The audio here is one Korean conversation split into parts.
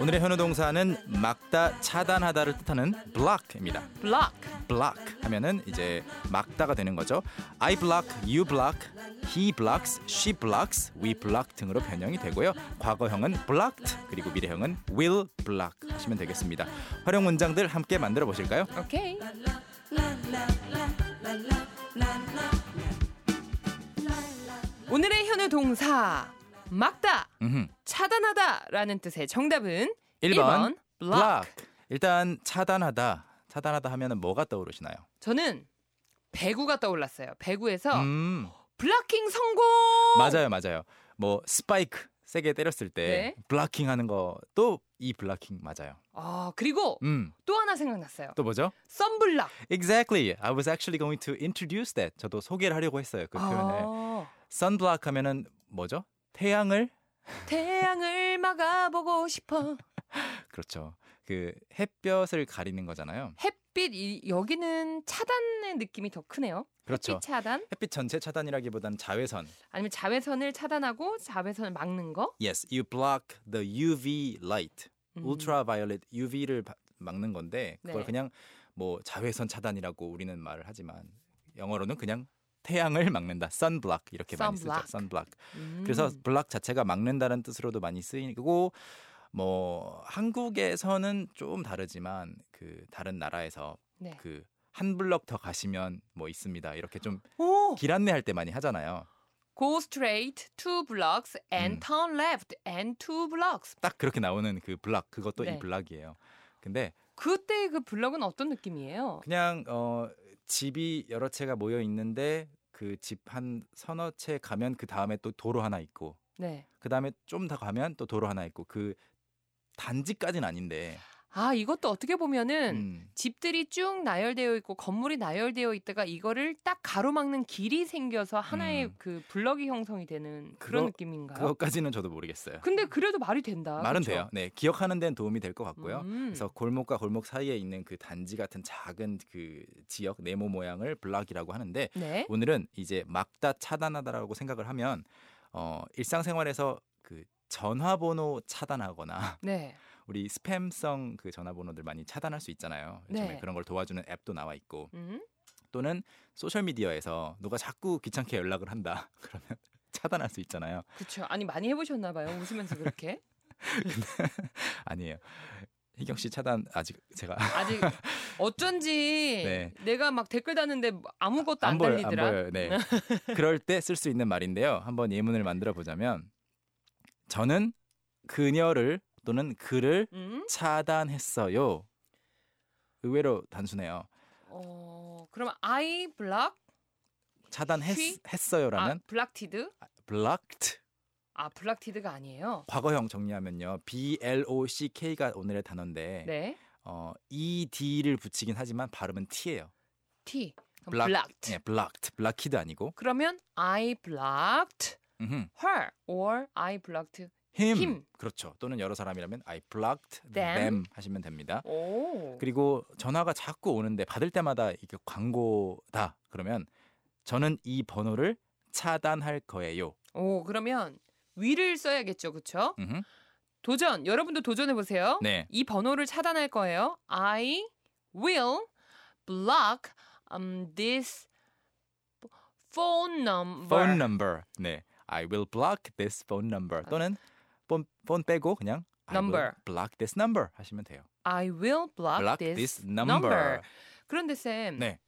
오늘의 현우 동사는 막다 차단하다를 뜻하는 block입니다. block. block 하면은 이제 막다가 되는 거죠. I block, you block, he blocks, she blocks, we block 등으로 변형이 되고요. 과거형은 blocked 그리고 미래형은 will block 하시면 되겠습니다. 활용 문장들 함께 만들어 보실까요? 오케이. 오늘의 현우 동사 막다, 음흠. 차단하다라는 뜻의 정답은 1번, 1번, block. 일단 차단하다. 차단하다 하면은 뭐가 떠오르시나요? 저는 배구가 떠올랐어요. 배구에서 음. 블락킹 성공. 맞아요, 맞아요. 뭐 스파이크 세게 때렸을 때 네. 블락킹 하는 것도 이 블락킹 맞아요. 아 그리고 음. 또 하나 생각났어요. 또 뭐죠? 썬블락. Exactly. I was actually going to introduce that. 저도 소개를 하려고 했어요. 그 표현을. 아, sunblock 하면은 뭐죠? 태양을 태양을 막아보고 싶어. 그렇죠. 그 햇볕을 가리는 거잖아요. 햇빛 이, 여기는 차단의 느낌이 더 크네요. 그렇죠. 햇빛 차단 햇빛 전체 차단이라기보다는 자외선. 아니면 자외선을 차단하고 자외선을 막는 거. Yes, you block the UV light. 음. ultraviolet UV를 막는 건데 그걸 네. 그냥 뭐 자외선 차단이라고 우리는 말을 하지만 영어로는 그냥 태양을 막는다. sunblock 이렇게 많이 쓰죠. Sunblock. sunblock. 음. 그래서 블락 자체가 막는다는 뜻으로도 많이 쓰이고 뭐 한국에서는 좀 다르지만 그 다른 나라에서 네. 그 한 블럭 더 가시면 뭐 있습니다. 이렇게 좀 오. 길 안내 할 때 많이 하잖아요. Go straight two blocks and 음. turn left and two blocks. 딱 그렇게 나오는 그 블락 그것도 이 네. 블락이에요. 근데 그때 그 블럭은 어떤 느낌이에요? 그냥 어 집이 여러 채가 모여 있는데 그 집 한 서너 채 가면 그 다음에 또 도로 하나 있고 네. 그 다음에 좀 더 가면 또 도로 하나 있고 그 단지까지는 아닌데 아 이것도 어떻게 보면은 음, 집들이 쭉 나열되어 있고 건물이 나열되어 있다가 이거를 딱 가로막는 길이 생겨서 하나의 음. 그 블럭이 형성이 되는 그런 그거- 느낌인가요? 그것까지는 저도 모르겠어요. 근데 그래도 말이 된다. 말은 아, 그쵸? 돼요. 네, 기억하는 데는 도움이 될 것 같고요. 음. 그래서 골목과 골목 사이에 있는 그 단지 같은 작은 그 지역 네모 모양을 블락이라고 하는데 네. 오늘은 이제 막다 차단하다라고 생각을 하면 어, 일상생활에서 그 전화번호 차단하거나 네. 우리 스팸성 그 전화번호들 많이 차단할 수 있잖아요. 요즘에 네. 그런 걸 도와주는 앱도 나와 있고 음. 또는 소셜 미디어에서 누가 자꾸 귀찮게 연락을 한다 그러면 차단할 수 있잖아요. 그렇죠. 아니 많이 해 보셨나 봐요. 웃으면서 그렇게. 아니에요. 희경 씨 차단 아직 제가 아직 어쩐지 네. 내가 막 댓글 다는데 아무것도 안, 안 보여요. 안 보여요. 달리더라. 네. 그럴 때 쓸 수 있는 말인데요. 한번 예문을 만들어 보자면 저는 그녀를 또는 그를 음? 차단했어요. 의외로 단순해요. 어, 그럼 I block She? 아, 차단했어요라면 blocked? blocked 아, blocked가 아니에요. 과거형 정리하면요. B L O C K가 오늘의 단어인데 네. 어, E D를 붙이긴 하지만 발음은 T예요. T. 그럼 Block. blocked. 네, blocked, blocked 아니고 그러면 I blocked 음흠. her or I blocked him. him. 그렇죠. 또는 여러 사람이라면 I blocked them, Them. 하시면 됩니다. 오. 그리고 전화가 자꾸 오는데 받을 때마다 이게 광고다 그러면 저는 이 번호를 차단할 거예요. 오, 그러면 위를 써야겠죠. 그렇죠? 음흠. 도전. 여러분도 도전해 보세요. 네. 이 번호를 차단할 거예요. I will block um, this phone number. phone number. 네. I will block this phone number. 또는 폰, 폰 빼고 그냥 I will Number. block this number 하시면 돼요. I will block, block this, this number. 그런데 쌤, 네.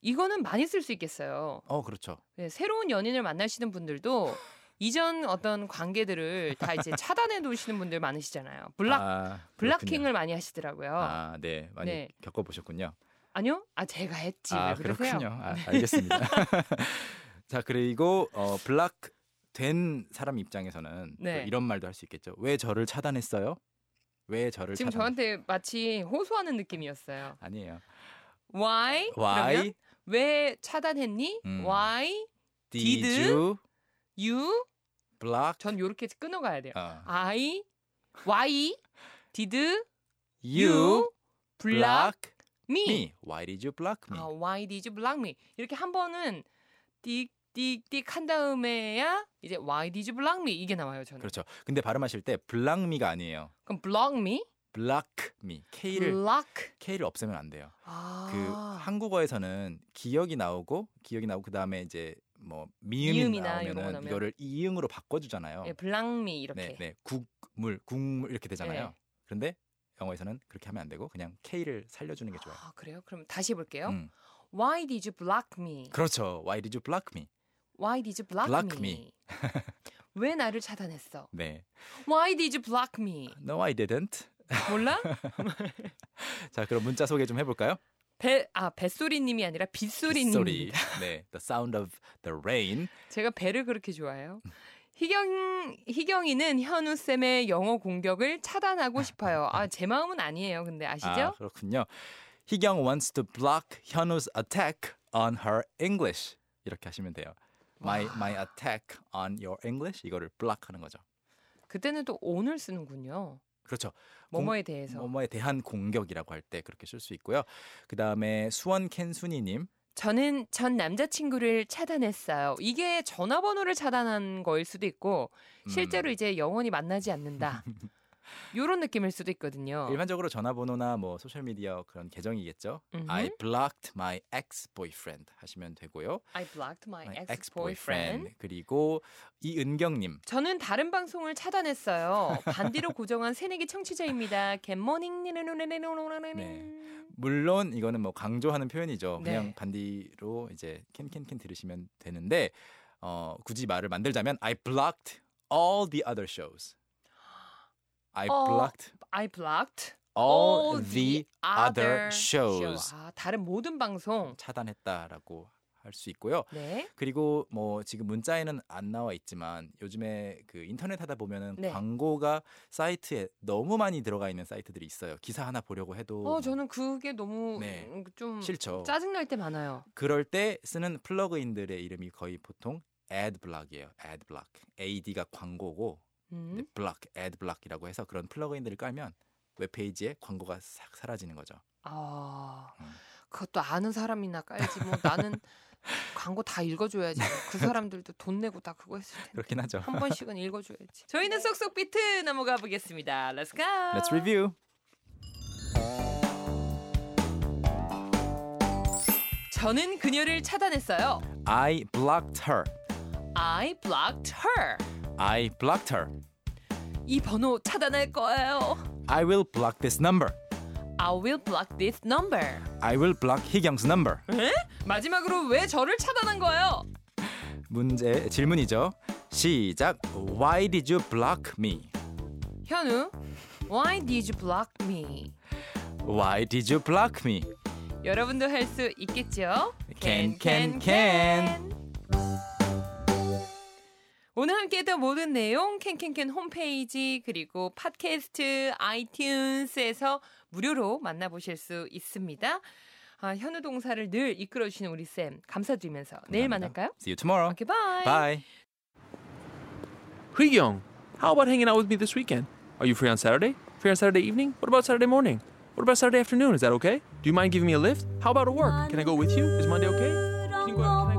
이거는 많이 쓸 수 있겠어요. 어, 그렇죠. 네, 새로운 연인을 만나시는 분들도 이전 어떤 관계들을 다 이제 차단해 놓으시는 분들 많으시잖아요. 블락 아, 블락킹을 많이 하시더라고요. 아. 아, 네. 많이 네. 겪어 보셨군요. 니요아 제가 했지. 아, 왜 그러세요? 네. 그렇군요. 아, 알겠습니다. 자, 그리고 어, 블락 된 사람 입장에서는 또 네. 이런 말도 할 수 있겠죠. 왜 저를 차단했어요? 왜 저를 지금 차단? 저한테 마치 호소하는 느낌이었어요. 아니에요. Why? Why 그러면 왜 차단했니? 음. Why did, did you you? block 전 아, 요렇게 끊어가야 돼요. 어, I Why did you, you block me? me? Why did you block me? 아, why did you block me? 이렇게 한 번은 띡띡띡 한 다음에야 이제 Why did you block me 이게 나와요 저는. 그렇죠. 근데 발음하실 때 블랑미가 아니에요. 그럼 block me, 블락미. K를 그그 block. K를 없애면 안 돼요. 아. 그 한국어에서는 기억이 나오고 기억이 나오고 그다음에 이제 뭐 미음이 미음이나 이런 거 나오면은 나오면. 이거를 이응으로 바꿔 주잖아요. 예, block me 이렇게. 네, 네. 국물, 국물 이렇게 되잖아요. 네. 그런데 영어에서는 그렇게 하면 안 되고 그냥 K를 살려 주는 게 좋아요. 아 그래요? 그럼 다시 해볼게요. 음. Why did you block me? 그렇죠. Why did you block me? Why did you block, Block me? 왜 나를 차단했어? 네. Why did you block me? No, I didn't. 몰라? 자, 그럼 문자 소개 좀 해볼까요? 배, 아, 뱃소리님이 아니라 빗소리님. 빗소리. 네, The Sound of the Rain. 제가 배를 그렇게 좋아해요. 희경, 희경이는 현우쌤의 영어 공격을 차단하고 싶어요. 아, 제 마음은 아니에요. 근데 아 아시죠? 그렇군요. 희경 wants to block 현우's attack on her English. 이렇게 하시면 돼요. My my attack on your English 이거를 block하는 거죠. 그때는 또 오늘 쓰는군요. 그렇죠. 공- 뭐뭐에 대해서. 뭐뭐에 대한 공격이라고 할 때 그렇게 쓸 수 있고요. 그 다음에 수원 캔순이님 저는 전 남자친구를 차단했어요. 이게 전화번호를 차단한 거일 수도 있고, 음. 실제로 이제 영원히 만나지 않는다. 요런 느낌일 수도 있거든요. 일반적으로 전화번호나 뭐 소셜 미디어 그런 계정이겠죠. 음흠. I blocked my ex boyfriend 하시면 되고요. I blocked my, my ex-boyfriend. ex-boyfriend. 그리고 이은경님 저는 다른 방송을 차단했어요. 반디로 고정한 새내기 청취자입니다. 겟모닝 네. 네. 물론 이거는 뭐 강조하는 표현이죠. 그냥 네. 반디로 이제 캔캔캔 들으시면 되는데 어, 굳이 말을 만들자면 I blocked all the other shows. I 어, blocked I blocked all, the other shows. show. 아, 다른 모든 방송. 차단했다라고 할 수 있고요. 네. 그리고 뭐 지금 문자에는 안 나와 있지만 요즘에 그 인터넷 하다 보면은 네. 광고가 사이트에 너무 많이 들어가 있는 사이트들이 있어요. 기사 하나 보려고 해도 어, 저는 그게 너무 네. 음, 좀 싫죠. 짜증 날 때 많아요. 그럴 때 쓰는 플러그인들의 이름이 거의 보통 ad block이에요. ad block. ad가 광고고 음. 근데 block, ad block이라고 해서 그런 플러그인들을 깔면 웹페이지에 광고가 싹 사라지는 거죠. 아. 음. 그것도 아는 사람이나 깔지 뭐 나는 광고 다 읽어줘야지 그 사람들도 돈 내고 다 그거 했을 텐데 그렇긴 하죠. 한 번씩은 읽어줘야지 저희는 쏙쏙 비트 넘어가 보겠습니다 Let's go 네. Let's review. 저는 그녀를 차단했어요. I blocked her. I blocked her. I blocked her. 이 번호 차단할 거예요. I will block this number. I will block this number. I will block 희경's number. 에? 마지막으로 왜 저를 차단한 거예요? 문제 질문이죠. 시작. Why did you block me? 현우, why did you block me? Why did you block me? 여러분도 할 수 있겠죠? Can, can, can. 오늘 함께했던 모든 내용 캔캔캔 홈페이지 그리고 팟캐스트 아이튠스에서 무료로 만나보실 수 있습니다. 아, 현우 동사를 늘 이끌어주시는 우리 쌤 감사드리면서 감사합니다. 내일 만날까요? See you tomorrow. 오케이 바이. Bye. Young, how about hanging out with me this weekend? Are you free on Saturday? Free on Saturday evening? What about Saturday morning? What about Saturday afternoon? Is that okay? Do you mind giving me a lift? How about at work? Can I go with you? Is Monday okay? Can you go out? Can I go out?